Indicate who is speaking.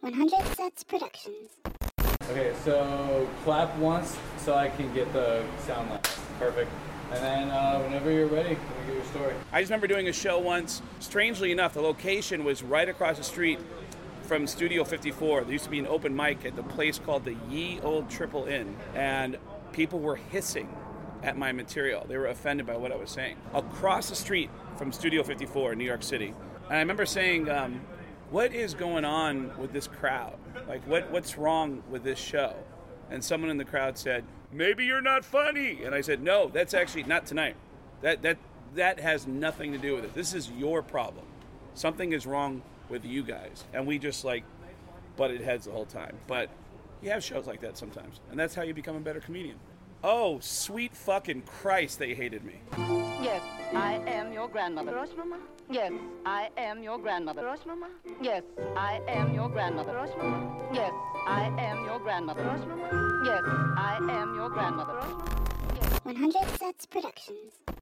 Speaker 1: 100 Sets Productions.
Speaker 2: Okay, so clap once so I can get the sound line. Perfect. And then uh, whenever you're ready, can we get your story?
Speaker 3: I just remember doing a show once. Strangely enough, the location was right across the street from Studio 54. There used to be an open mic at the place called the Ye Old Triple Inn, and people were hissing at my material. They were offended by what I was saying. Across the street from Studio 54 in New York City. And I remember saying, um, What is going on with this crowd? Like, what, what's wrong with this show? And someone in the crowd said, Maybe you're not funny. And I said, No, that's actually not tonight. That, that, that has nothing to do with it. This is your problem. Something is wrong with you guys. And we just like butted heads the whole time. But you have shows like that sometimes. And that's how you become a better comedian. Oh, sweet fucking Christ, they hated me.
Speaker 4: Yes, I am your grandmother. Mama? Yes, I am your grandmother. Mama? Yes, I am your grandmother. Mama? Yes, I am your grandmother. Mama? Yes, I am your grandmother. Yes.
Speaker 1: 100 Sets Productions.